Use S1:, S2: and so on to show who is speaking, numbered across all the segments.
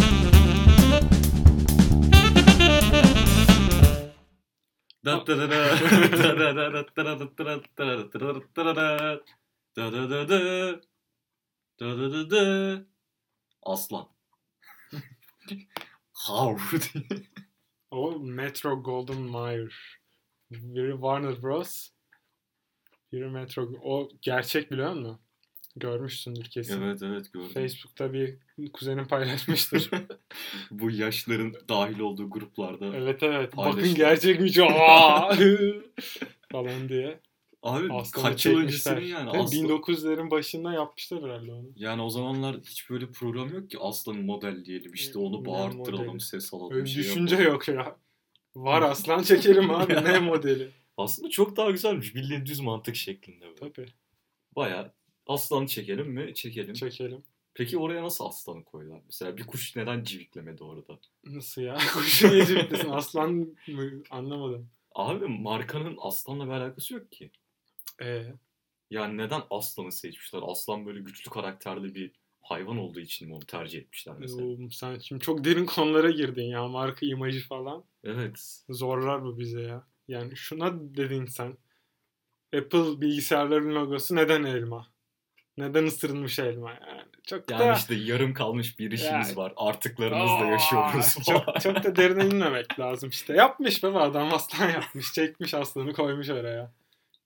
S1: Aslan. Hav diye.
S2: O Metro Golden Mayer. Biri Warner Bros. Biri Metro. O gerçek biliyor musun? Görmüşsündür kesin.
S1: Evet evet gördüm.
S2: Facebook'ta bir kuzenim paylaşmıştır.
S1: Bu yaşların dahil olduğu gruplarda.
S2: evet evet. Bakın
S1: Paylaştı.
S2: gerçekmiş. Aa! falan diye.
S1: Abi
S2: Aslanı
S1: kaç yıl
S2: çekmişler.
S1: öncesinin yani.
S2: Değil mi?
S1: Aslan-
S2: 1900'lerin başında yapmışlar herhalde onu.
S1: Yani o zamanlar hiç böyle program yok ki aslanı modelleyelim işte onu
S2: Ne
S1: bağırttıralım
S2: modeli?
S1: ses alalım.
S2: Öyle
S1: bir şey
S2: düşünce
S1: yapalım.
S2: yok ya. Var aslan çekelim abi ne modeli.
S1: Aslında çok daha güzelmiş bildiğin düz mantık şeklinde böyle.
S2: Tabii
S1: Baya aslanı çekelim mi? Çekelim.
S2: çekelim.
S1: Peki oraya nasıl aslanı koyuyorlar? Mesela bir kuş neden civitlemedi orada?
S2: Nasıl ya? Kuşu yiyecektin aslan mı? Anlamadım.
S1: Abi markanın aslanla bir alakası yok ki.
S2: Ee,
S1: Yani neden aslanı seçmişler? Aslan böyle güçlü karakterli bir hayvan olduğu için mi onu tercih etmişler mesela?
S2: oğlum sen şimdi çok derin konulara girdin ya. Marka imajı falan.
S1: Evet.
S2: Zorlar bu bize ya. Yani şuna dedin sen. Apple bilgisayarların logosu neden elma? Neden ısırılmış elma yani? Çok da...
S1: Yani işte yarım kalmış bir işimiz
S2: Ya.
S1: var. Artıklarımızla
S2: Aa,
S1: yaşıyoruz falan.
S2: Çok, çok da derine inmemek lazım işte. Yapmış be bu adam aslan yapmış. Çekmiş aslanı koymuş oraya.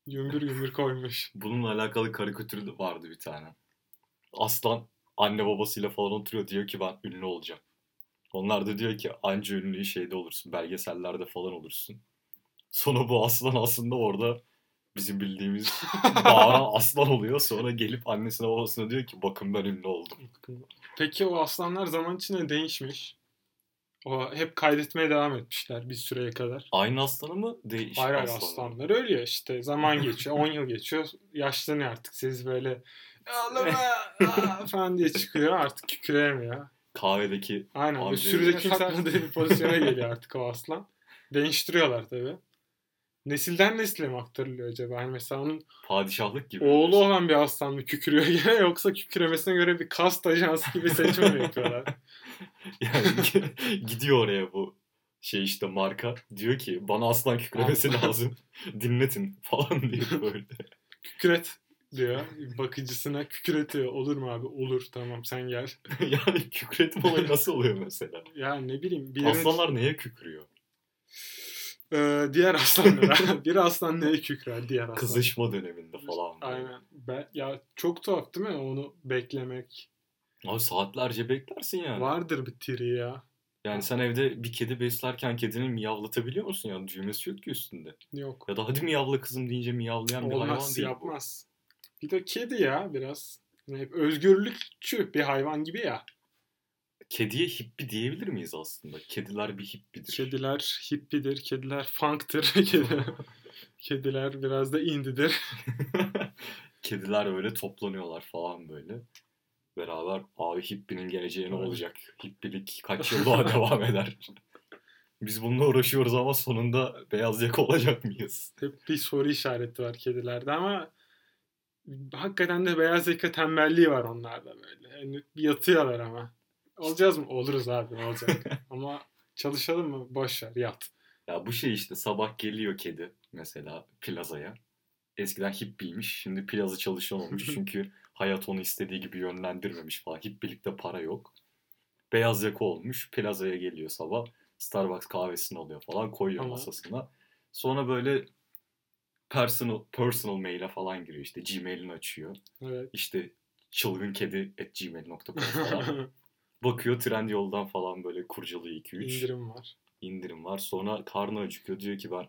S2: Gümbür gümbür koymuş.
S1: Bununla alakalı karikatür de vardı bir tane. Aslan anne babasıyla falan oturuyor diyor ki ben ünlü olacağım. Onlar da diyor ki anca ünlü şeyde olursun belgesellerde falan olursun. Sonra bu aslan aslında orada bizim bildiğimiz bağıran aslan oluyor. Sonra gelip annesine babasına diyor ki bakın ben ünlü oldum.
S2: Peki o aslanlar zaman içinde değişmiş. O hep kaydetmeye devam etmişler bir süreye kadar.
S1: Aynı aslanı mı? Değiş
S2: Hayır hayır
S1: aslanı.
S2: aslanlar ölüyor işte. Zaman geçiyor. 10 yıl geçiyor. Yaşlanıyor artık. Siz böyle "Oğlum, aa!" falan diye çıkıyor. Artık kükreyemiyor.
S1: Kahvedeki
S2: Aynen.
S1: Abi
S2: bir sürü de
S1: devreye
S2: kimse
S1: takmadı.
S2: bir pozisyona geliyor artık o aslan. Değiştiriyorlar tabii. Nesilden nesile mi aktarılıyor acaba? Hani mesela onun
S1: padişahlık gibi.
S2: oğlu olan bir aslan mı kükürüyor gene yoksa kükremesine göre bir kast ajansı gibi seçim mi yapıyorlar?
S1: Yani gidiyor oraya bu şey işte marka. Diyor ki bana aslan kükremesi lazım. Dinletin falan diye böyle.
S2: Küküret diyor. Bakıcısına küküretiyor. Olur mu abi? Olur. Tamam sen gel.
S1: yani kükretme olayı nasıl oluyor mesela?
S2: Ya ne bileyim. Bir yerin-
S1: Aslanlar neye kükrüyor?
S2: Ee, diğer aslanlara. bir aslan neye kükrer? Diğer aslan.
S1: Kızışma döneminde falan. böyle.
S2: Aynen. Ben, ya çok tuhaf değil mi onu beklemek?
S1: Abi saatlerce beklersin yani.
S2: Vardır bir tiri ya.
S1: Yani sen evde bir kedi beslerken kedini miyavlatabiliyor musun? Yani düğmesi yok ki üstünde.
S2: Yok.
S1: Ya da hadi miyavla kızım deyince miyavlayan bir hayvan
S2: Olmaz
S1: değil. bu.
S2: yapmaz. Bir de kedi ya biraz. Yani hep özgürlükçü bir hayvan gibi ya.
S1: Kediye hippi diyebilir miyiz aslında? Kediler bir hippidir.
S2: Kediler hippidir, kediler funktır, kediler, kediler biraz da indidir.
S1: Kediler öyle toplanıyorlar falan böyle. Beraber abi hippinin geleceği ne
S2: Evet.
S1: olacak? Hippilik kaç yıl daha devam eder? Biz bununla uğraşıyoruz ama sonunda beyaz yaka olacak mıyız?
S2: Hep bir soru işareti var kedilerde ama hakikaten de beyaz yaka tembelliği var onlarda böyle. Yani yatıyorlar ama. Olacağız mı? Oluruz abi olacak. ama çalışalım mı? Boş ver yat.
S1: Ya bu şey işte sabah geliyor kedi mesela plazaya. Eskiden hippiymiş şimdi plaza çalışan olmuş çünkü hayat onu istediği gibi yönlendirmemiş falan. Hippilikte para yok. Beyaz yaka olmuş plazaya geliyor sabah Starbucks kahvesini alıyor falan koyuyor
S2: Tamam.
S1: masasına. Sonra böyle personal, personal mail'e falan giriyor işte Gmail'ini açıyor.
S2: Evet.
S1: İşte çılgın kedi at gmail.com falan. Bakıyor trend yoldan falan böyle kurcalıyor 2-3
S2: İndirim var.
S1: indirim var. Sonra karnı acıkıyor. Diyor ki ben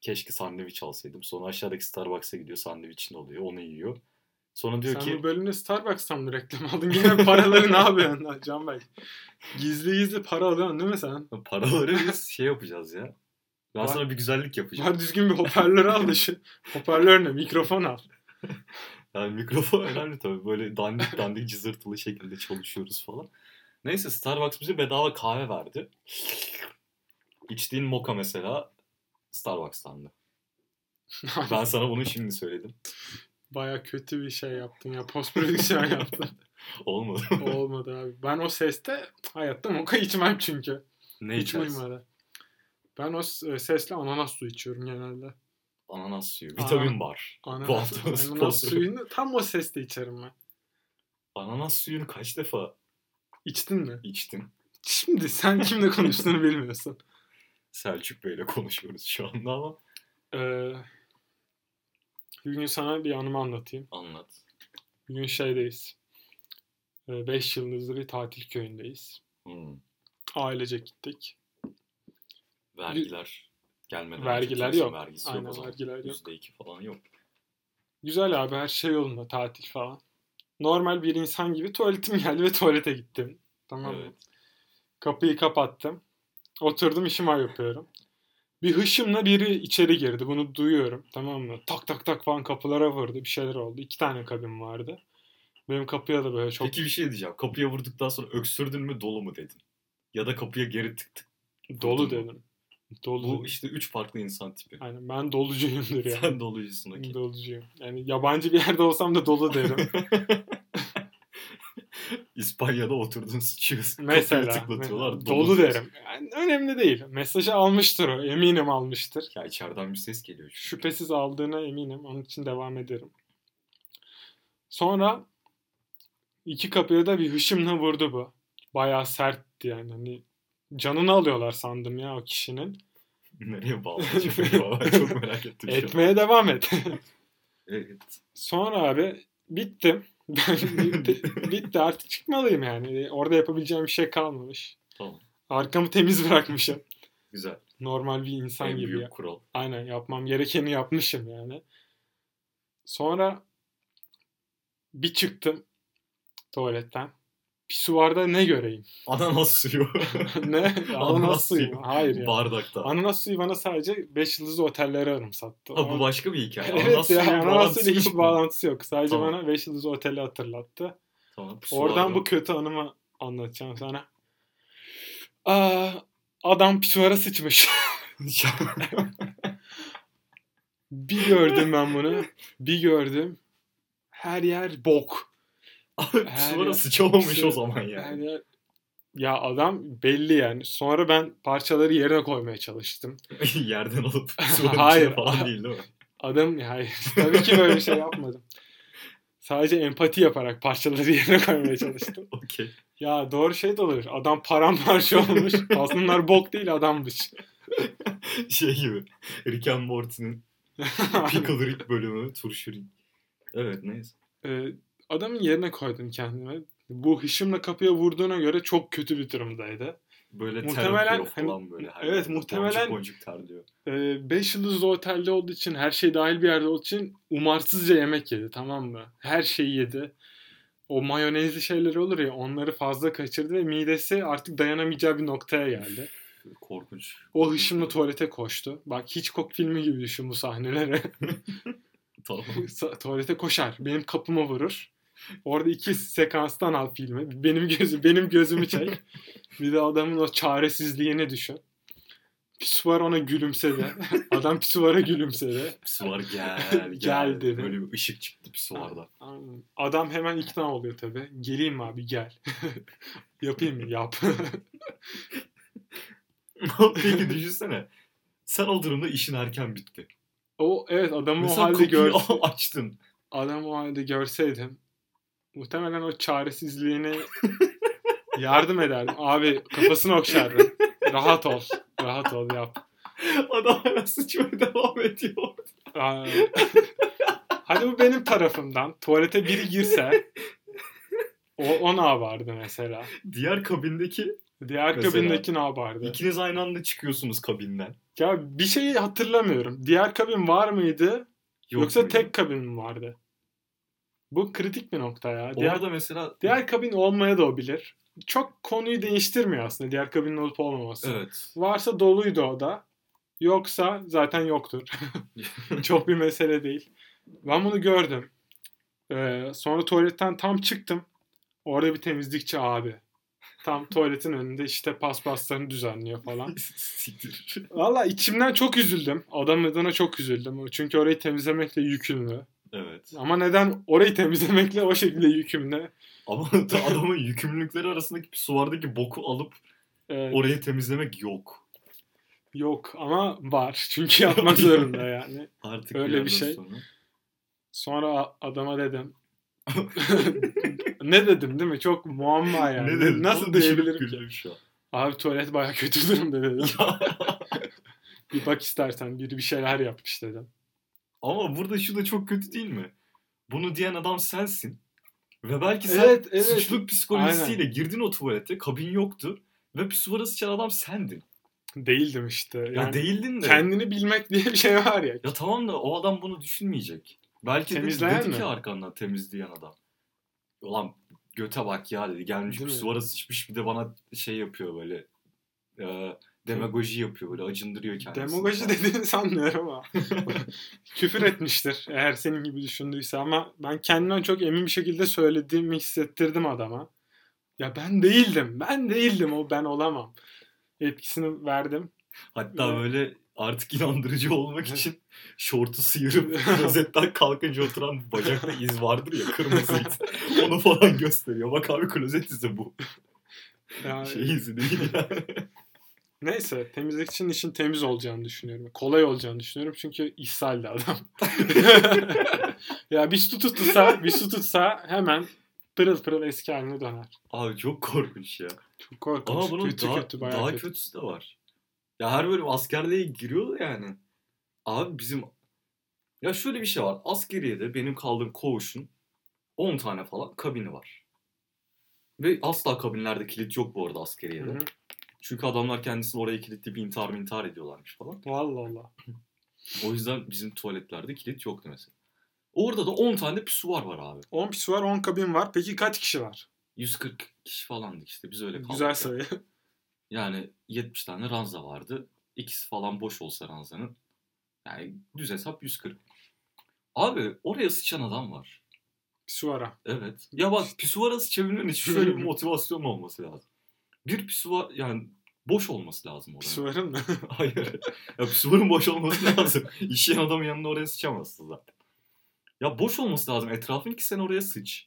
S1: keşke sandviç alsaydım. Sonra aşağıdaki Starbucks'a gidiyor. Sandviçini alıyor. Onu yiyor. Sonra diyor
S2: Sen
S1: ki
S2: bu bölümde Starbucks'tan mı reklam aldın? Gene paraları ne yapıyorsun lan Can Bey? Gizli gizli para alıyorsun değil mi sen?
S1: paraları biz şey yapacağız ya. Ben
S2: Var-
S1: sana bir güzellik yapacağım.
S2: Var düzgün bir hoparlör al da şu hoparlör ne? Mikrofon al.
S1: Yani mikrofon önemli tabii. Böyle dandik dandik cızırtılı şekilde çalışıyoruz falan. Neyse Starbucks bize bedava kahve verdi. İçtiğin moka mesela Starbucks'tandı. Ben sana bunu şimdi söyledim.
S2: Baya kötü bir şey yaptın ya. Post prodüksiyon yaptın.
S1: Olmadı.
S2: O Olmadı abi. Ben o seste hayatta moka içmem çünkü.
S1: ne
S2: Hiç
S1: içersin?
S2: uymadı. Ben o s- e, sesli ananas suyu içiyorum genelde.
S1: Ananas suyu. Vitamin bar. Bu
S2: Ananas,
S1: haftanın
S2: ananas
S1: sponsoru.
S2: suyunu tam o sesle içerim ben.
S1: Ananas suyunu kaç defa
S2: İçtin mi?
S1: içtim?
S2: Şimdi sen kimle konuştuğunu bilmiyorsun.
S1: Selçuk Bey'le konuşuyoruz şu anda ama
S2: Ee, bir gün sana bir anımı anlatayım.
S1: anlat.
S2: Bir gün şeydeyiz. 5 yıldızlı bir tatil köyündeyiz.
S1: Hmm.
S2: Ailecek gittik.
S1: Vergiler gelmeden
S2: Vergiler
S1: kimsenin
S2: yok.
S1: Vergisi yok o
S2: Aynen
S1: zaman.
S2: vergiler yok.
S1: %2 falan yok.
S2: Güzel abi her şey yolunda tatil falan. Normal bir insan gibi tuvaletim geldi ve tuvalete gittim. Tamam mı?
S1: Evet.
S2: Kapıyı kapattım. Oturdum işimi yapıyorum. Bir hışımla biri içeri girdi. Bunu duyuyorum. Tamam mı? Tak tak tak falan kapılara vurdu. Bir şeyler oldu. İki tane kabin vardı. Benim kapıya da böyle çok...
S1: Peki bir şey diyeceğim. Kapıya vurduktan sonra öksürdün mü dolu mu dedin? Ya da kapıya geri tık tık.
S2: dolu
S1: vurdun mu?
S2: dedim. Dolu.
S1: Bu
S2: dedim.
S1: işte üç farklı insan tipi.
S2: Aynen ben dolucuyumdur yani.
S1: Sen dolucusun okey.
S2: Dolucuyum. Yani yabancı bir yerde olsam da dolu derim.
S1: İspanya'da oturdun sıçıyorsun.
S2: Mesela.
S1: Kapıyı tıklatıyorlar.
S2: dolu, derim. Yani önemli değil. Mesajı almıştır o. Eminim almıştır.
S1: Ya içeriden bir ses geliyor. çünkü.
S2: Şüphesiz aldığına eminim. Onun için devam ederim. Sonra iki kapıya da bir hışımla vurdu bu. Bayağı sertti yani. Hani canını alıyorlar sandım ya o kişinin.
S1: Nereye bağlayacak acaba? Ben çok merak ettim şu an.
S2: Etmeye devam et.
S1: Evet.
S2: Sonra abi bittim. Ben bitti, bitti artık çıkmalıyım yani. Orada yapabileceğim bir şey kalmamış.
S1: Tamam.
S2: Arkamı temiz bırakmışım.
S1: Güzel.
S2: Normal bir insan
S1: en
S2: gibi.
S1: büyük
S2: ya.
S1: kural.
S2: Aynen yapmam gerekeni yapmışım yani. Sonra bir çıktım tuvaletten. Bir su bardağı ne göreyim?
S1: Ananas suyu.
S2: ne? Ananas suyu. mu?
S1: suyu.
S2: Hayır ya.
S1: Bardakta.
S2: Ananas suyu bana sadece 5 yıldızlı otellere anımsattı.
S1: Ha, bu
S2: Ama-
S1: başka bir hikaye.
S2: evet ya ananas
S1: bağlantısı
S2: suyuyla hiç
S1: yok mu?
S2: bağlantısı yok. Sadece
S1: Tamam.
S2: bana 5 yıldızlı oteli hatırlattı.
S1: Tamam.
S2: Oradan bu
S1: bu
S2: kötü anımı anlatacağım sana. Aa, adam pisuara sıçmış. bir gördüm ben bunu. Bir gördüm. Her yer bok.
S1: Sonra
S2: ya.
S1: sıçamamış
S2: Pisuar-
S1: o zaman
S2: Her
S1: yani.
S2: yer... Ya adam belli yani. Sonra ben parçaları yerine koymaya çalıştım.
S1: Yerden alıp suvarın
S2: Hayır.
S1: içine şey falan değil değil mi?
S2: Adam hayır tabii ki böyle bir şey yapmadım. Sadece empati yaparak parçaları yerine koymaya çalıştım.
S1: Okey.
S2: Ya doğru şey de olur. Adam paramparça olmuş. Aslında bok değil adammış.
S1: Şey gibi. Rick and Morty'nin Pickle Rick bölümü. Turşu Rick. Evet neyse.
S2: Ee, adamın yerine koydum kendimi. Bu hışımla kapıya vurduğuna göre çok kötü bir durumdaydı.
S1: Böyle
S2: Muhtemelen
S1: ter okuyor falan
S2: hani-
S1: böyle. her
S2: evet,
S1: yerde. Boncuk
S2: muhtemelen-
S1: boncuk terliyor.
S2: 5 Ee, yıldızlı otelde olduğu için her şey dahil bir yerde olduğu için umarsızca yemek yedi tamam mı? Her şeyi yedi. O mayonezli şeyler olur ya onları fazla kaçırdı ve midesi artık dayanamayacağı bir noktaya geldi.
S1: Korkunç.
S2: O hışımla tuvalete koştu. Bak Hitchcock filmi gibi düşün bu sahneleri.
S1: Tamam.
S2: Sa- tuvalete koşar. Benim kapıma vurur. Orada iki sekanstan al filmi. Benim gözü benim gözümü çek. Bir de adamın o çaresizliğini düşün. Pisuvar ona gülümsedi. Adam pisuvara gülümsedi.
S1: Pisuar gel. Gel
S2: dedi.
S1: Böyle bir ışık çıktı pisuvarda.
S2: Aynen. Adam hemen ikna oluyor tabii. Geleyim mi abi gel. Yapayım mı? Yap.
S1: Peki düşünsene. Sen o durumda işin erken bitti.
S2: o evet adamı o
S1: Mesela
S2: halde
S1: kapıyı
S2: gör
S1: açtın.
S2: adam o halde görseydim muhtemelen o çaresizliğine yardım ederdim. Abi kafasını okşardım. Rahat ol. Rahat ol yap.
S1: Adam hala sıçmaya devam ediyor.
S2: Aa, Hadi bu benim tarafımdan. Tuvalete biri girse o, o ne yapardı mesela?
S1: Diğer kabindeki
S2: Diğer
S1: Mesela-
S2: kabindeki ne yapardı?
S1: ikiniz aynı anda çıkıyorsunuz kabinden.
S2: Ya bir şeyi hatırlamıyorum. Diğer kabin var mıydı?
S1: Yok
S2: Yoksa
S1: muydu?
S2: tek kabin mi vardı? Bu kritik bir nokta ya. Diğer,
S1: Orada mesela
S2: diğer kabin olmaya da o bilir. Çok konuyu değiştirmiyor aslında diğer kabinin olup olmaması.
S1: evet.
S2: Varsa doluydu o da. Yoksa zaten yoktur. Çok bir mesele değil. Ben bunu gördüm. Ee, sonra tuvaletten tam çıktım. Orada bir temizlikçi abi. Tam tuvaletin önünde işte paspaslarını düzenliyor falan.
S1: Siktir.
S2: Valla içimden çok üzüldüm. Adam adına çok üzüldüm. Çünkü orayı temizlemekle yükümlü.
S1: Evet.
S2: Ama neden orayı temizlemekle o şekilde yükümlü?
S1: Ama da adamın yükümlülükleri arasındaki pisuvardaki boku alıp
S2: Ee,
S1: orayı temizlemek yok.
S2: Yok ama var. Çünkü yapmak zorunda yani.
S1: Artık
S2: Öyle bir
S1: yerden
S2: şey.
S1: sonra.
S2: Sonra a- adama dedim. ne dedim değil mi? Çok muamma yani.
S1: Ne dedim?
S2: Nasıl
S1: Onu düşünüp
S2: diyebilirim ki?
S1: güldüm şu an.
S2: Abi tuvalet baya kötü durumda dedim. bir bak istersen biri bir şeyler yapmış dedim.
S1: Ama burada şu da çok kötü değil mi? Bunu diyen adam sensin. Ve belki sen
S2: Evet, evet.
S1: suçluluk psikolojisiyle girdin o tuvalete. Kabin yoktu. Ve pisuvara sıçan adam sendin.
S2: Değildim işte. Yani
S1: ya değildin de.
S2: kendini bilmek diye bir şey var ya.
S1: Ya tamam da o adam bunu düşünmeyecek. Belki de-
S2: Temizleyen
S1: dedi
S2: mi?
S1: ki arkandan temizleyen adam. Ulan göte bak ya dedi. Gelmiş
S2: Değil mi?
S1: pisuvara sıçmış bir de bana şey yapıyor böyle. E, demagoji yapıyor böyle acındırıyor kendisini.
S2: Demagoji dediğini sanmıyorum ama. Küfür etmiştir eğer senin gibi düşündüyse ama ben kendimden çok emin bir şekilde söylediğimi hissettirdim adama. Ya ben değildim. Ben değildim o ben olamam. Etkisini verdim.
S1: Hatta
S2: Ve-
S1: böyle artık inandırıcı olmak için şortu sıyırıp klozetten kalkınca oturan bu bacakta iz vardır ya kırmızı iz. Onu falan gösteriyor. Bak abi klozet izi bu.
S2: Ya,
S1: Şey izi değil ya.
S2: Neyse temizlik için işin temiz olacağını düşünüyorum. Kolay olacağını düşünüyorum çünkü ishaldi adam. ya bir su tutsa, bir su tutsa hemen pırıl pırıl eski haline döner.
S1: Abi çok korkunç ya.
S2: Çok korkunç.
S1: Ama bunun
S2: kötü
S1: daha,
S2: kötü bayağı
S1: daha
S2: kötü.
S1: kötüsü de var. Ya her bölüm askerliğe giriyor yani. Abi bizim... Ya şöyle bir şey var. Askeriyede benim kaldığım koğuşun 10 tane falan kabini var. Ve asla kabinlerde kilit yok bu arada askeriyede.
S2: Hı hı.
S1: Çünkü adamlar kendisini oraya kilitleyip intihar intihar ediyorlarmış falan.
S2: Vallahi Allah.
S1: O yüzden bizim tuvaletlerde kilit yoktu mesela. Orada da 10 tane pisuvar var abi.
S2: 10 pis var 10 kabin var. Peki kaç kişi var?
S1: 140 kişi falandık işte biz öyle kaldık.
S2: Güzel sayı.
S1: Yani 70 tane ranza vardı. İkisi falan boş olsa ranzanın. Yani düz hesap 140. Abi oraya sıçan adam var.
S2: Pis vara.
S1: Evet. Ya bak pisuvara sıçabilmen için şöyle bir motivasyon olması lazım. Bir pisuvar yani boş olması lazım oranın.
S2: Pis varın mı?
S1: Hayır. Ya pisuvarın boş olması lazım. İşleyen adamın yanına oraya sıçamazsın zaten. Ya boş olması lazım. Etrafın ki sen oraya sıç.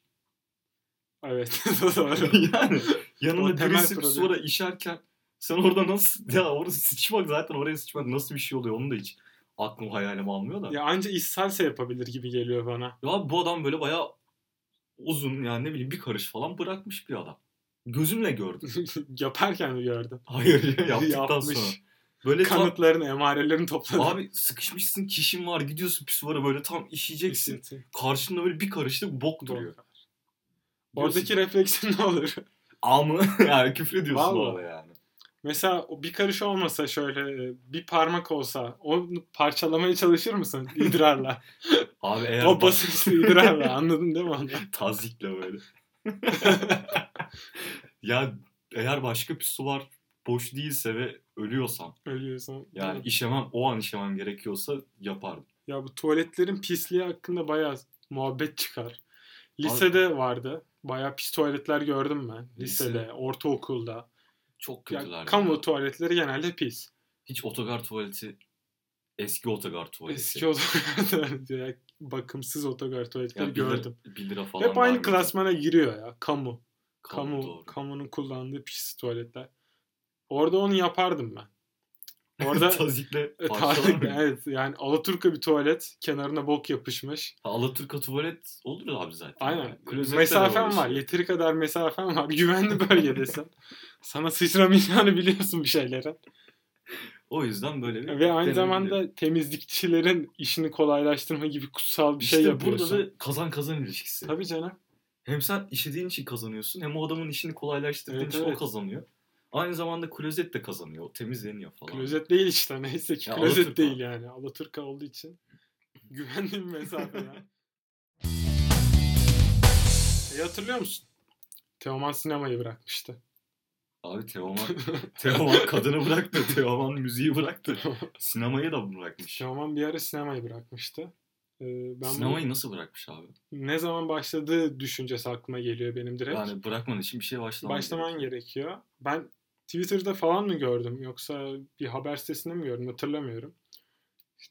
S2: evet. Doğru.
S1: yani
S2: O
S1: yanında
S2: temel
S1: birisi
S2: problem.
S1: pisuvara işerken sen orada nasıl... Ya orası sıçmak zaten oraya sıçmak nasıl bir şey oluyor onu da hiç aklım hayalim almıyor da. Ya,
S2: ya anca ishalse yapabilir gibi geliyor bana.
S1: bu adam böyle bayağı uzun yani ne bileyim bir karış falan bırakmış bir adam. Gözümle gördüm.
S2: Yaparken mi gördüm?
S1: Hayır ya, yaptıktan
S2: Yapmış.
S1: sonra. Böyle tam-
S2: Kanıtlarını, emarelerini topladı.
S1: Abi sıkışmışsın kişin var gidiyorsun pisuvara böyle tam işeyeceksin. karşında böyle bir karışlık bok duruyor.
S2: Oradaki refleksin ne olur?
S1: amı yani küfür ediyorsun
S2: Vallahi.
S1: orada yani.
S2: Mesela o bir karış olmasa şöyle e, bir parmak olsa onu parçalamaya çalışır mısın idrarla?
S1: Abi eğer
S2: o
S1: o
S2: basınçlı idrarla anladın değil mi onu?
S1: tazikle böyle. ya eğer başka bir su var boş değilse ve ölüyorsam
S2: Ölüyorsun.
S1: yani işemem o an işemem gerekiyorsa yapardım.
S2: Ya bu tuvaletlerin pisliği hakkında bayağı muhabbet çıkar. Lisede vardı. Bayağı pis tuvaletler gördüm ben.
S1: Lise.
S2: Lisede, ortaokulda.
S1: Çok
S2: Ya
S1: kötüler.
S2: kamu
S1: ya.
S2: tuvaletleri genelde pis.
S1: Hiç otogar tuvaleti eski otogar tuvaleti.
S2: Eski otogar tuvaleti, ya bakımsız otogar tuvaletleri
S1: Yani bir lira-
S2: gördüm.
S1: bir lira falan.
S2: Hep aynı
S1: vermedi.
S2: klasmana giriyor ya. Kamu.
S1: Kamu,
S2: Kamu,
S1: doğru.
S2: kamunun kullandığı pis tuvaletler. Orada onu yapardım ben. Orada
S1: tazikle
S2: E,
S1: parçalar.
S2: tarih,
S1: mı?
S2: evet yani Alaturka bir tuvalet kenarına bok yapışmış.
S1: Ha, Alaturka tuvalet olur abi zaten.
S2: Aynen.
S1: Yani. Klozetler
S2: mesafen
S1: öyle
S2: var.
S1: şey.
S2: Yeteri kadar mesafen var. Güvenli bölgedesin. Sana sıçramayacağını biliyorsun bir şeylerin.
S1: O yüzden böyle bir
S2: Ve aynı
S1: denenebilir.
S2: zamanda temizlikçilerin işini kolaylaştırma gibi kutsal bir şey
S1: İşte
S2: yapıyorsun.
S1: burada da kazan kazan ilişkisi.
S2: Tabii canım.
S1: Hem sen işlediğin için kazanıyorsun hem o adamın işini kolaylaştırdığın
S2: Evet,
S1: için
S2: evet.
S1: o kazanıyor. Aynı zamanda klozet de kazanıyor. o Temizleniyor falan.
S2: Klozet değil işte. Neyse ki
S1: Ya
S2: klozet
S1: Alaturka.
S2: değil yani. Alaturka olduğu için güvenli bir mesafe ya. E, hatırlıyor musun? Teoman sinemayı bırakmıştı.
S1: Abi Teoman, Teoman kadını bıraktı. Teoman müziği bıraktı. Sinemayı da bırakmış.
S2: Teoman bir ara sinemayı bırakmıştı. Ee, ben bunu-
S1: Sinemayı nasıl bırakmış abi?
S2: ne zaman başladığı düşüncesi aklıma geliyor benim direkt.
S1: Yani bırakman için bir şey başlaman
S2: Başlaman gerekiyor. Ben Twitter'da falan mı gördüm yoksa bir haber sitesinde mi gördüm hatırlamıyorum.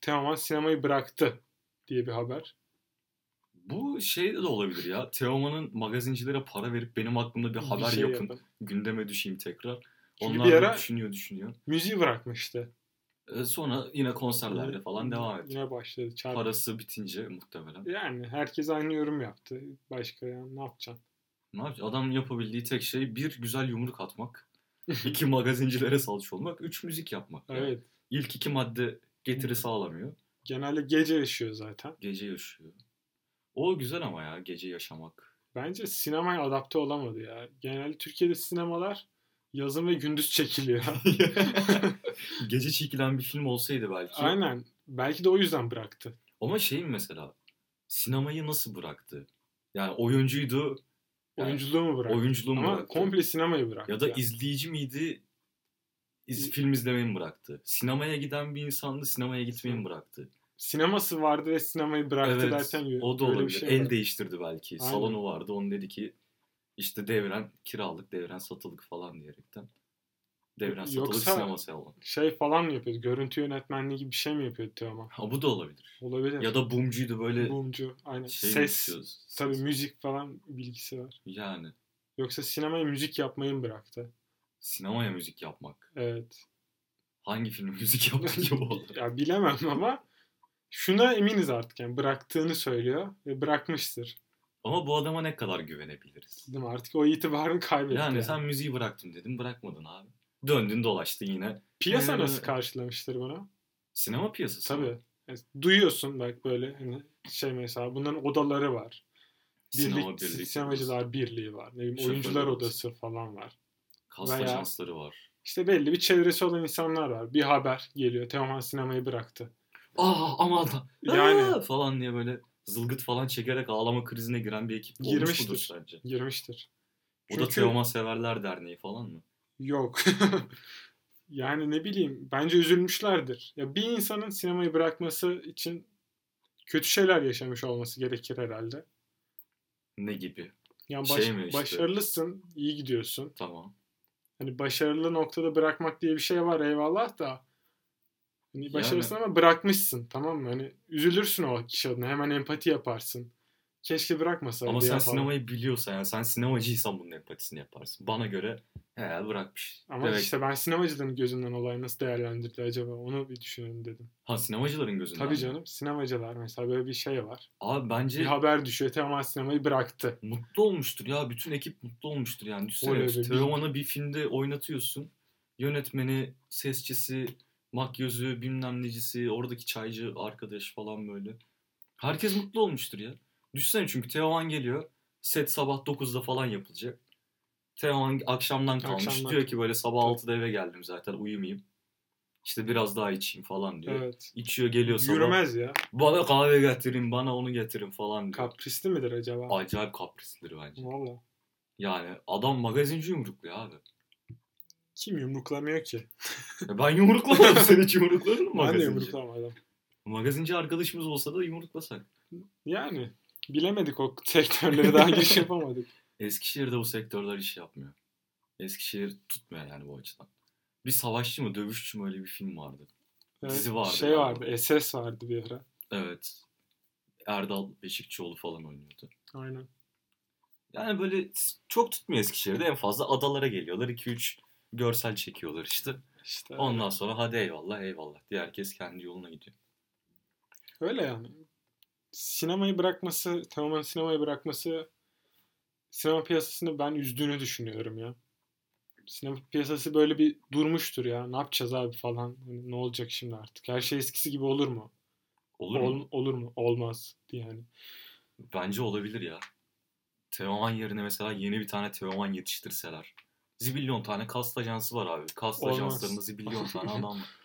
S2: Teoman sinemayı bıraktı diye bir haber.
S1: Bu şey de olabilir ya. Teoman'ın magazincilere para verip benim aklımda bir haber
S2: Bir şey
S1: yapın.
S2: yapın.
S1: Gündeme düşeyim tekrar.
S2: Çünkü
S1: Onlar
S2: bir
S1: da
S2: ara-
S1: düşünüyor düşünüyor.
S2: Müziği bırakmıştı.
S1: E, sonra yine konserlerde falan devam etti.
S2: Yine başladı. Çarp.
S1: Parası bitince muhtemelen.
S2: Yani herkes aynı yorum yaptı. Başka yani ne yapacaksın?
S1: Ne yapacak? Adam yapabildiği tek şey bir güzel yumruk atmak. iki magazincilere salça olmak. Üç müzik yapmak. Yani
S2: Evet.
S1: İlk iki madde getiri sağlamıyor.
S2: Genelde gece yaşıyor zaten.
S1: Gece yaşıyor. O güzel ama ya gece yaşamak.
S2: Bence sinemaya adapte olamadı ya. Genelde Türkiye'de sinemalar yazın ve gündüz çekiliyor.
S1: Gece çekilen bir film olsaydı belki.
S2: Aynen. Belki de o yüzden bıraktı.
S1: Ama şeyin mesela sinemayı nasıl bıraktı? Yani oyuncuydu, Yani
S2: Oyunculuğu mu bıraktı?
S1: oyunculuğu mu
S2: Ama
S1: bıraktı?
S2: komple sinemayı bıraktı.
S1: ya da
S2: yani.
S1: izleyici miydi? iz-
S2: İ-
S1: film izlemeyi mi bıraktı? Sinemaya giden bir insandı, sinemaya gitmeyi mi bıraktı?
S2: sineması vardı ve sinemayı bıraktı
S1: evet,
S2: derken
S1: o da
S2: böyle bir
S1: olabilir.
S2: şey
S1: El
S2: var.
S1: değiştirdi belki.
S2: Aynen.
S1: Salonu vardı, onu dedi ki işte devren kiralık, devren satılık falan diyerekten. Devren satılık
S2: Yoksa-
S1: sinema salonu.
S2: şey falan mı yapıyordu? Görüntü yönetmenliği gibi bir şey mi yapıyordu Teoman?
S1: Ha bu da olabilir.
S2: Olabilir.
S1: Ya da boomcuydu böyle
S2: Bumcu. Aynen.
S1: şey
S2: Ses.
S1: yapıyoruz.
S2: Tabii müzik falan bilgisi var.
S1: Yani
S2: Yoksa sinemaya müzik yapmayı mı bıraktı?
S1: sinemaya müzik yapmak.
S2: Evet.
S1: Hangi film müzik yapmak gibi oldu?
S2: ya bilemem ama şuna eminiz artık yani bıraktığını söylüyor ve bırakmıştır.
S1: Ama bu adama ne kadar güvenebiliriz?
S2: Değil mi? Artık o itibarını kaybetti.
S1: Yani
S2: yani.
S1: sen müziği bıraktım dedim bırakmadın abi. Döndün dolaştın yine.
S2: Piyasa
S1: Ee,
S2: nasıl karşılamıştır bunu?
S1: Sinema piyasası.
S2: Tabii. Yani duyuyorsun bak böyle hani şey mesela bunların odaları var.
S1: Sinema
S2: Birlik,
S1: birliği.
S2: sinemacılar birliği var. Ne bileyim
S1: Şoför
S2: oyuncular
S1: odası.
S2: odası falan var.
S1: Kast
S2: Veya-
S1: ajansları var.
S2: İşte belli bir çevresi olan insanlar var. Bir haber geliyor. Teoman sinemayı bıraktı.
S1: Aa aman da.
S2: Yani.
S1: Yani. Falan diye böyle zılgıt falan çekerek ağlama krizine giren bir ekip olmuş
S2: Girmiştir.
S1: mudur sence?
S2: Girmiştir.
S1: O da
S2: Çünkü-
S1: Teoman Severler Derneği falan mı?
S2: Yok. yani ne bileyim bence üzülmüşlerdir. Ya bir insanın sinemayı bırakması için kötü şeyler yaşamış olması gerekir herhalde.
S1: Ne gibi?
S2: Yani
S1: Şey
S2: baş-
S1: mi işte?
S2: başarılısın, iyi gidiyorsun.
S1: Tamam.
S2: Hani başarılı noktada bırakmak diye bir şey var eyvallah da. Hani
S1: Yani-
S2: başarısın ama bırakmışsın tamam mı? Hani üzülürsün o kişi adına hemen empati yaparsın. Keşke bırakmasaydı
S1: Ama sen
S2: ya falan.
S1: sinemayı biliyorsan yani sen sinemacıysan bunun empatisini yaparsın. Bana göre he bırakmış.
S2: Ama
S1: Demek-
S2: işte ben sinemacıların gözünden olayı nasıl değerlendirdi acaba onu bir düşünün dedim.
S1: Ha sinemacıların gözünden.
S2: Tabii
S1: mi?
S2: canım sinemacılar mesela böyle bir şey var.
S1: Abi bence
S2: Bir haber düşüyor Teoman sinemayı bıraktı.
S1: mutlu olmuştur ya. Bütün ekip mutlu olmuştur yani.
S2: Oley
S1: Düşünsene
S2: be,
S1: işte
S2: bir-
S1: Teoman'ı bir filmde oynatıyorsun. Yönetmeni, sesçisi, makyözü, bilmem necisi, oradaki çaycı arkadaş falan böyle. Herkes mutlu olmuştur ya. Düşünsene çünkü Teoman geliyor. Set sabah 9'da falan yapılacak. Teoman akşamdan kalmış.
S2: Akşamdan.
S1: Diyor ki böyle sabah
S2: Tabii.
S1: 6'da eve geldim zaten uyumayayım. İşte biraz daha içeyim falan diyor.
S2: Evet.
S1: İçiyor geliyor Şey- sabah.
S2: Yürümez ya.
S1: Bana kahve getirin, bana onu getirin falan diyor.
S2: Kaprisli midir acaba?
S1: Acayip kaprislidir bence.
S2: Valla.
S1: Yani adam magazinci yumruklu ya abi.
S2: Kim yumruklamıyor ki?
S1: Ya ben yumruklamadım seni hiç yumrukladın mı
S2: Ben de
S1: magazinci?
S2: yumruklamadım.
S1: Magazinci arkadaşımız olsa da yumruklasak.
S2: Yani bilemedik o sektörleri daha giriş yapamadık.
S1: Eskişehir'de bu sektörler iş yapmıyor. Eskişehir tutmuyor yani bu açıdan. Bir savaşçı mı dövüşçü mü öyle bir film vardı.
S2: Evet,
S1: Dizi vardı
S2: Şey
S1: galiba.
S2: vardı. SS vardı bir ara.
S1: Evet. Erdal Beşikçioğlu falan oynuyordu.
S2: Aynen.
S1: Yani böyle çok tutmuyor Eskişehir'de. En fazla adalara geliyorlar. 2-3 görsel çekiyorlar işte.
S2: İşte
S1: Ondan sonra hadi eyvallah eyvallah diye herkes kendi yoluna gidiyor.
S2: öyle yani. Sinemayı bırakması, tamamen sinemayı bırakması sinema piyasasını ben üzdüğünü düşünüyorum ya. Sinema piyasası böyle bir durmuştur ya. Ne yapacağız abi falan. Hani ne olacak şimdi artık? Her şey eskisi gibi olur mu?
S1: Olur mu?
S2: Ol- olur mu? Olmaz diye hani.
S1: Bence olabilir ya. Teoman yerine mesela yeni bir tane Teoman yetiştirseler. Zibilyon tane kast ajansı var abi. Kast
S2: Olmaz.
S1: ajanslarında zibilyon tane adam var.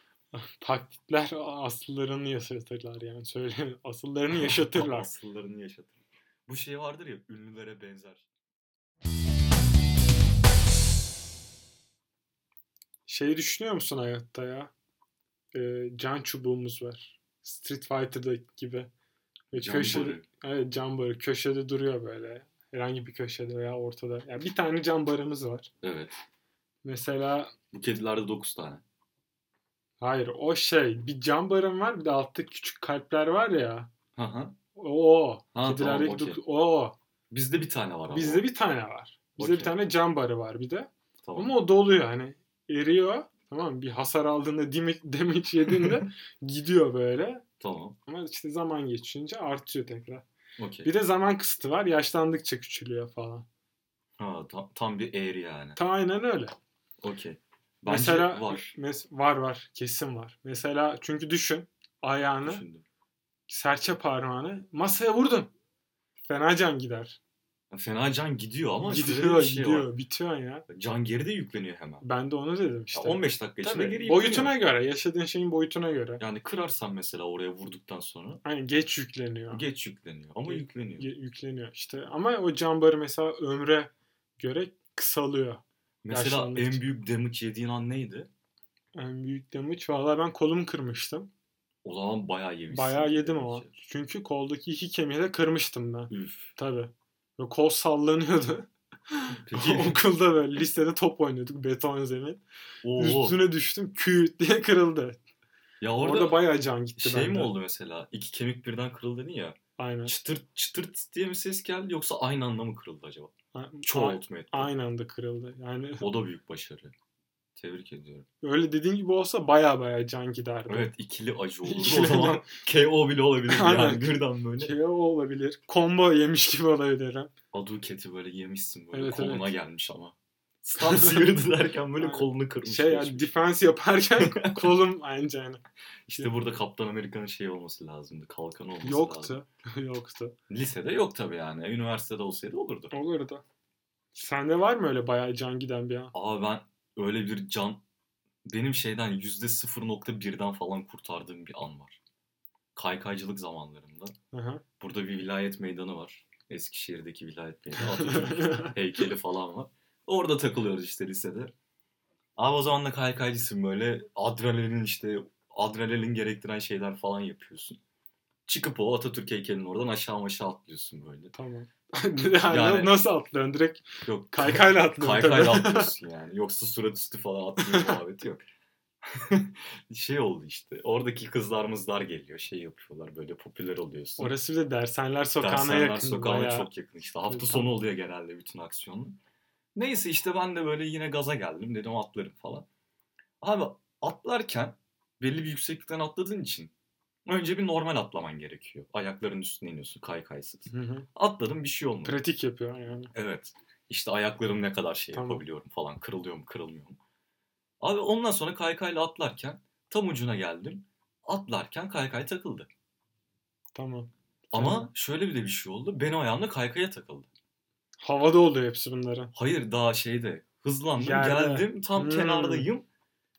S2: Taklitler asıllarını yaşatırlar yani. Söyle asıllarını yaşatırlar.
S1: Asıllarını yaşatır. Bu şey vardır ya ünlülere benzer.
S2: Şeyi düşünüyor musun hayatta ya? Ee, can çubuğumuz var. Street Fighter'da gibi. Ve
S1: Can
S2: köşede,
S1: barı.
S2: Evet can barı. Köşede duruyor böyle. Herhangi bir köşede veya ortada. Ya bir tane can barımız var.
S1: Evet.
S2: Mesela
S1: Bu kedilerde 9 tane.
S2: hayır o şey bir can barım var bir de altta küçük kalpler var ya.
S1: Hı hı.
S2: Oo.
S1: Ha,
S2: kedilerdeki
S1: tamam, okey.
S2: dok- Oo.
S1: Bizde bir tane var ama.
S2: Bizde bir tane var. Bizde
S1: Okey.
S2: bir tane can barı var bir de.
S1: Tamam.
S2: Ama o doluyor hani. Eriyor. Tamam mı? Bir hasar aldığında damage, damage yediğinde gidiyor böyle.
S1: Tamam.
S2: Ama işte zaman geçince artıyor tekrar.
S1: Okey.
S2: Bir de zaman kısıtı var. Yaşlandıkça küçülüyor falan.
S1: Ha, tam, tam bir eğri yani.
S2: Ta aynen öyle.
S1: Okey. Bence
S2: Mesela
S1: var.
S2: mes- var var kesin var. Mesela çünkü düşün ayağını
S1: Düşündüm.
S2: serçe parmağını masaya vurdun. Fena can gider.
S1: Fena can gidiyor ama şöyle
S2: gidiyor
S1: bir şey
S2: gidiyor bitiyor ya.
S1: var. Can geri de yükleniyor hemen.
S2: Ben de onu dedim
S1: Ya
S2: işte.
S1: 15 dakika içinde
S2: Tabii,
S1: geri yükleniyor.
S2: boyutuna göre yaşadığın şeyin boyutuna göre.
S1: Yani kırarsan mesela oraya vurduktan sonra
S2: Hani geç yükleniyor.
S1: geç yükleniyor ama
S2: Ge-
S1: yükleniyor.
S2: Ge- yükleniyor işte. Ama o can barı mesela ömre göre kısalıyor.
S1: mesela
S2: yaşlandıkça.
S1: en büyük damage yediğin an neydi?
S2: En büyük damage valla ben kolumu kırmıştım.
S1: O zaman bayağı yemişsin.
S2: Bayağı yedim ama.
S1: Damage'i.
S2: Çünkü koldaki iki kemiği de kırmıştım ben.
S1: Üf.
S2: Tabii. Ve kol sallanıyordu.
S1: Peki.
S2: Okulda böyle lisede top oynuyorduk beton zemin.
S1: Oo.
S2: Üstüne düştüm küt diye kırıldı.
S1: Ya
S2: Orada,
S1: orada,
S2: bayağı can gitti
S1: şey mi
S2: bende.
S1: oldu mesela? İki kemik birden kırıldı dedin ya.
S2: Aynen.
S1: Çıtırt çıtırt diye mi ses geldi yoksa aynı anda mı kırıldı acaba?
S2: A- a-
S1: Çoğaltma etti.
S2: Aynı anda kırıldı. Yani
S1: O da büyük başarı. Tebrik ediyorum.
S2: öyle dediğin gibi olsa bayağı bayağı can giderdi.
S1: Evet ikili acı olurdu
S2: İkili
S1: o zaman. KO bile olabilir
S2: Aynen.
S1: yani birden böyle.
S2: Şey olabilir. Combo yemiş gibi olabilirim.
S1: Aduket'i böyle yemişsin böyle
S2: Evet,
S1: koluna gelmiş ama. Stam sıyırdı derken böyle
S2: Aynen.
S1: kolunu kırmış.
S2: Şey yani defense yaparken kolum anca yani.
S1: işte burada Kaptan Amerika'nın şey olması lazımdı. Kalkan olması lazım.
S2: Yoktu. Yoktu.
S1: Lisede yok tabii yani. Üniversitede olsaydı olurdu.
S2: Olurdu. Sende var mı öyle bayağı can giden bir an?
S1: Aa ben öyle bir can benim şeyden yüzde %0.1'den falan kurtardığım bir an var. Kaykaycılık zamanlarında.
S2: Aha.
S1: Burada bir vilayet meydanı var. Eskişehir'deki vilayet meydanı. Atatürk heykeli falan var. Orada takılıyoruz işte lisede. Abi o zaman da kaykaycısın böyle. Adrenalin işte adrenalin gerektiren şeyler falan yapıyorsun. Çıkıp o Atatürk heykelinin oradan aşağı aşağı atlıyorsun böyle.
S2: tamam. yani,
S1: Yani-
S2: nasıl atlıyorsun? Direkt
S1: Yok
S2: kaykayla atlıyorsun
S1: Kaykayla
S2: tabii.
S1: atlıyorsun yani. Yoksa surat üstü falan atlıyor muhabbeti yok. şey oldu işte. Oradaki kızlarımızlar geliyor. Şey yapıyorlar böyle popüler oluyorsun.
S2: Orası bir de Dersenler Sokağı'na
S1: Dersenler
S2: yakın.
S1: sokağına
S2: bayağı.
S1: çok yakın işte. Hafta
S2: Evet,
S1: sonu oluyor genelde bütün aksiyonlu. Neyse işte ben de böyle yine gaza geldim. Dedim atlarım falan. Abi atlarken belli bir yükseklikten atladığın için önce bir normal atlaman gerekiyor. Ayakların üstüne iniyorsun kaykaysız.
S2: Hı hı.
S1: Atladım bir şey olmadı.
S2: Pratik yapıyor yani.
S1: Evet. İşte ayaklarım ne kadar şey
S2: Tamam.
S1: yapabiliyorum falan. Kırılıyor mu kırılmıyor mu? Abi ondan sonra kaykayla atlarken tam ucuna geldim. Atlarken kaykay takıldı.
S2: Tamam.
S1: Ama
S2: Tamam.
S1: şöyle bir de bir şey oldu. Benim ayağımla kaykaya takıldı.
S2: Havada oluyor hepsi bunların.
S1: Hayır daha şeyde hızlandım
S2: Yerde.
S1: geldim tam
S2: Hmm.
S1: kenardayım.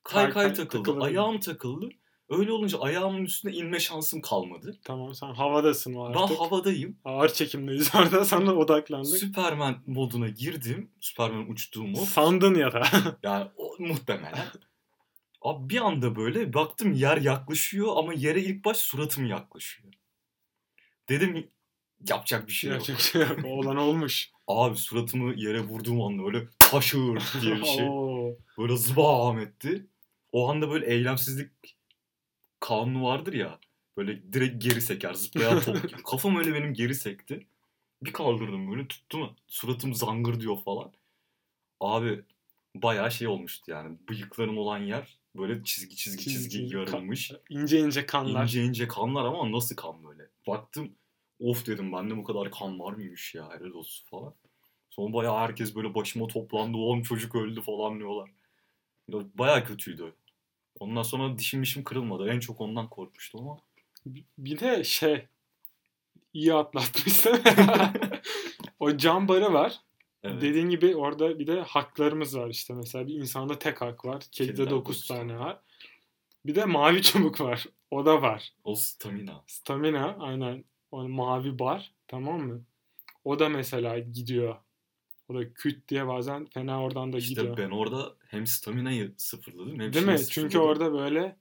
S1: Kaykay
S2: Kaykay
S1: takıldı.
S2: takıldı.
S1: Ayağım takıldı. Öyle olunca ayağımın üstüne inme şansım kalmadı.
S2: Tamam sen havadasın o artık.
S1: Ben havadayım.
S2: Ağır çekimdeyiz orada. Sana odaklandık.
S1: Superman moduna girdim. Superman uçtuğum mod.
S2: Sandın ya da.
S1: Yani o, muhtemelen. Abi bir anda böyle baktım yer yaklaşıyor ama yere ilk baş suratım yaklaşıyor. Dedim yapacak bir şey yok.
S2: Yapacak bir şey yok. Olan olmuş.
S1: Abi suratımı yere vurduğum anda böyle taşır diye bir şey.
S2: Oo.
S1: Böyle zıbam etti. O anda böyle eylemsizlik kanunu vardır ya. Böyle direkt geri seker zıplayan top gibi. Kafam öyle benim geri sekti. Bir kaldırdım böyle tuttum. Suratım zangır diyor falan. Abi bayağı şey olmuştu yani. Bıyıklarım olan yer böyle çizgi çizgi çizgi,
S2: Çizgi,
S1: yarılmış.
S2: İnce ince kanlar.
S1: İnce ince kanlar ama nasıl kan böyle. Baktım of dedim bende bu kadar kan var mıymış ya helal olsun falan. Sonra bayağı herkes böyle başıma toplandı oğlum çocuk öldü falan diyorlar. Ya Bayağı kötüydü. Ondan sonra dişim dişim kırılmadı. En çok ondan korkmuştum ama.
S2: Bir de şey iyi atlatmışsın. o can barı var.
S1: Evet.
S2: Dediğin gibi orada bir de haklarımız var işte. Mesela bir insanda tek hak var. Kedide
S1: Kediden
S2: 9
S1: dokuz
S2: tane
S1: tane.
S2: var. Bir de mavi çubuk var. O da var.
S1: O stamina.
S2: Stamina aynen. O mavi bar tamam mı? O da mesela gidiyor. O da küt diye bazen fena oradan da
S1: İşte şey
S2: gidiyor.
S1: ben orada hem stamina'yı sıfırladım hem
S2: Değil
S1: şeyi
S2: mi? Çünkü
S1: sıfırladım.
S2: orada böyle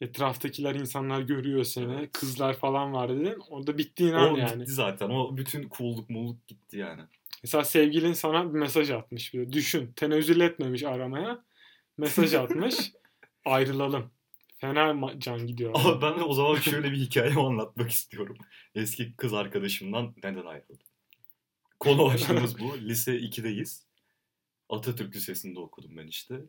S2: etraftakiler insanlar görüyor seni.
S1: Evet.
S2: Kızlar falan var dedin. Orada bittiğin an
S1: o
S2: yani.
S1: gitti zaten. O bütün cool'luk mulluk gitti yani.
S2: Mesela sevgilin sana bir mesaj atmış. Bir de düşün. Tenezzül etmemiş aramaya. Mesaj atmış. ayrılalım. Fena ma- can gidiyor.
S1: Ama ben de o zaman şöyle bir hikayemi anlatmak istiyorum. Eski kız arkadaşımdan neden ayrıldım? Konu başlığımız bu. Lise 2'deyiz. Atatürk Lisesi'nde okudum ben işte.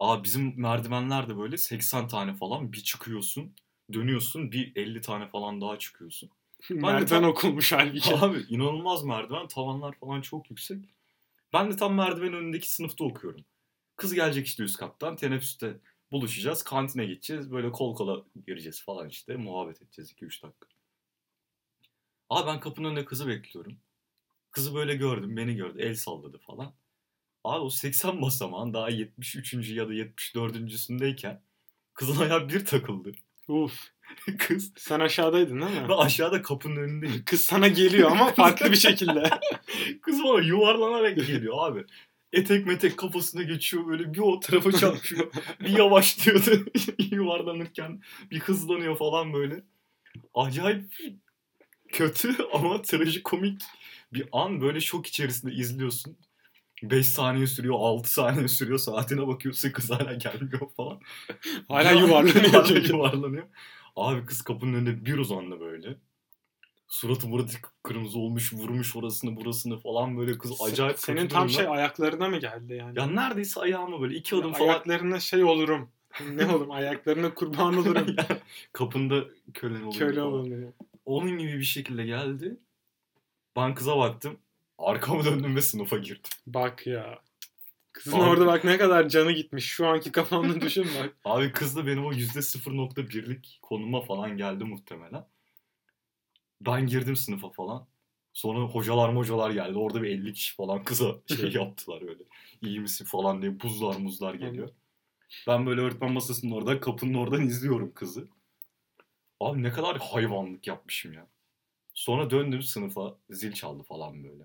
S1: Aa bizim merdivenler de böyle 80 tane falan bir çıkıyorsun. Dönüyorsun bir 50 tane falan daha çıkıyorsun.
S2: Merdiven
S1: tam-
S2: okulmuş halbuki.
S1: Abi inanılmaz merdiven. Tavanlar falan çok yüksek. Ben de tam merdiven önündeki sınıfta okuyorum. Kız gelecek işte üst kattan. Teneffüste buluşacağız. Kantine gideceğiz. Böyle kol kola gireceğiz falan işte. Muhabbet edeceğiz 2-3 dakika. Abi ben kapının önünde kızı bekliyorum. Kızı böyle gördüm. Beni gördü. El salladı falan. Abi o 80 basamağın daha 73. ya da 74.sündeyken kızın ayağı bir takıldı.
S2: Uf.
S1: Kız
S2: Sen aşağıdaydın değil mi?
S1: ben aşağıda kapının önündeyim.
S2: Kız sana geliyor ama farklı bir şekilde.
S1: Kız bana yuvarlanarak geliyor abi. Etek metek kafasına geçiyor böyle bir o tarafa çarpıyor. bir yavaşlıyordu yuvarlanırken. Bir hızlanıyor falan böyle. Acayip kötü ama trajikomik bir an böyle şok içerisinde izliyorsun. 5 saniye sürüyor, 6 saniye sürüyor. Saatine bakıyorsun kız hala gelmiyor falan.
S2: Hala
S1: Bir an-
S2: yuvarlanıyor.
S1: Hala
S2: çünkü.
S1: yuvarlanıyor. Abi kız kapının önünde bir uzandı böyle. Suratı burası kırmızı olmuş, vurmuş orasını burasını falan böyle kız acayip
S2: Senin
S1: kötü
S2: tam
S1: durumda.
S2: şey ayaklarına mı geldi yani?
S1: Ya neredeyse ayağıma böyle iki adım falan
S2: ayaklarına şey olurum. Ne olurum? Ayaklarına kurban olurum.
S1: kapında kölen oluyor.
S2: Köle
S1: falan.
S2: olurum. dedim.
S1: Onun gibi bir şekilde geldi. Ben kıza baktım. Arkama döndüm ve sınıfa girdim.
S2: Bak ya. Kızın
S1: Abi.
S2: orada bak ne kadar canı gitmiş. Şu anki kafamda düşün bak.
S1: Abi kız da benim o %0.1'lik konuma falan geldi muhtemelen. Ben girdim sınıfa falan. Sonra hocalar hocalar geldi. Orada bir 50 kişi falan kıza şey yaptılar öyle. İyi misin falan diye buzlar muzlar geliyor. Ben böyle öğretmen masasının orada kapının oradan izliyorum kızı. Abi ne kadar hayvanlık yapmışım ya. Sonra döndüm sınıfa zil çaldı falan böyle.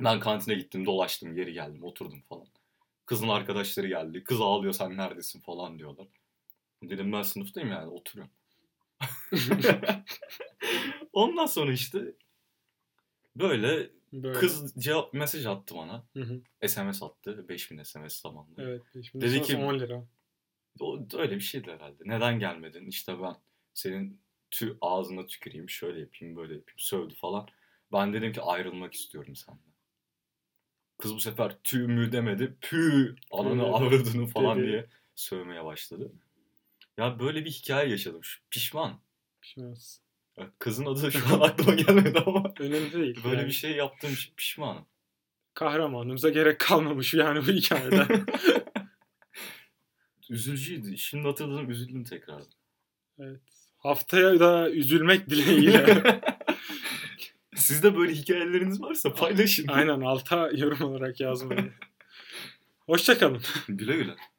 S1: Ben kantine gittim dolaştım geri geldim oturdum falan. Kızın arkadaşları geldi. Kız ağlıyor sen neredesin falan diyorlar. Dedim ben sınıftayım yani oturuyorum. Ondan sonra işte böyle
S2: Böyle.
S1: kız cevap mesaj attı bana.
S2: Hı hı.
S1: SMS attı. 5000 SMS zamanında.
S2: Evet. Şimdi
S1: Dedi
S2: Dedi
S1: ki-
S2: 10 lira.
S1: O, öyle bir şeydi herhalde. Neden gelmedin? İşte ben senin tü ağzına tüküreyim, şöyle yapayım, böyle yapayım, sövdü falan. Ben dedim ki ayrılmak istiyorum senden. Kız bu sefer tü mü demedi, pü ananı
S2: dedi.
S1: avradını falan
S2: Dedi.
S1: diye sövmeye başladı. Ya böyle bir hikaye yaşadım. Şu- Pişman.
S2: Bir şey olmaz.
S1: Ya Kızın adı şu an aklıma gelmedi ama
S2: Önemli değil.
S1: böyle
S2: yani.
S1: bir şey yaptığım için pişmanım.
S2: Kahramanımıza gerek kalmamış yani bu hikayede.
S1: Üzücüydü. Şimdi hatırladım, üzüldüm tekrar.
S2: Haftaya da üzülmek dileğiyle.
S1: Sizde böyle hikayeleriniz varsa paylaşın.
S2: Aynen alta yorum olarak yazmayı. Hoşçakalın.
S1: Güle güle.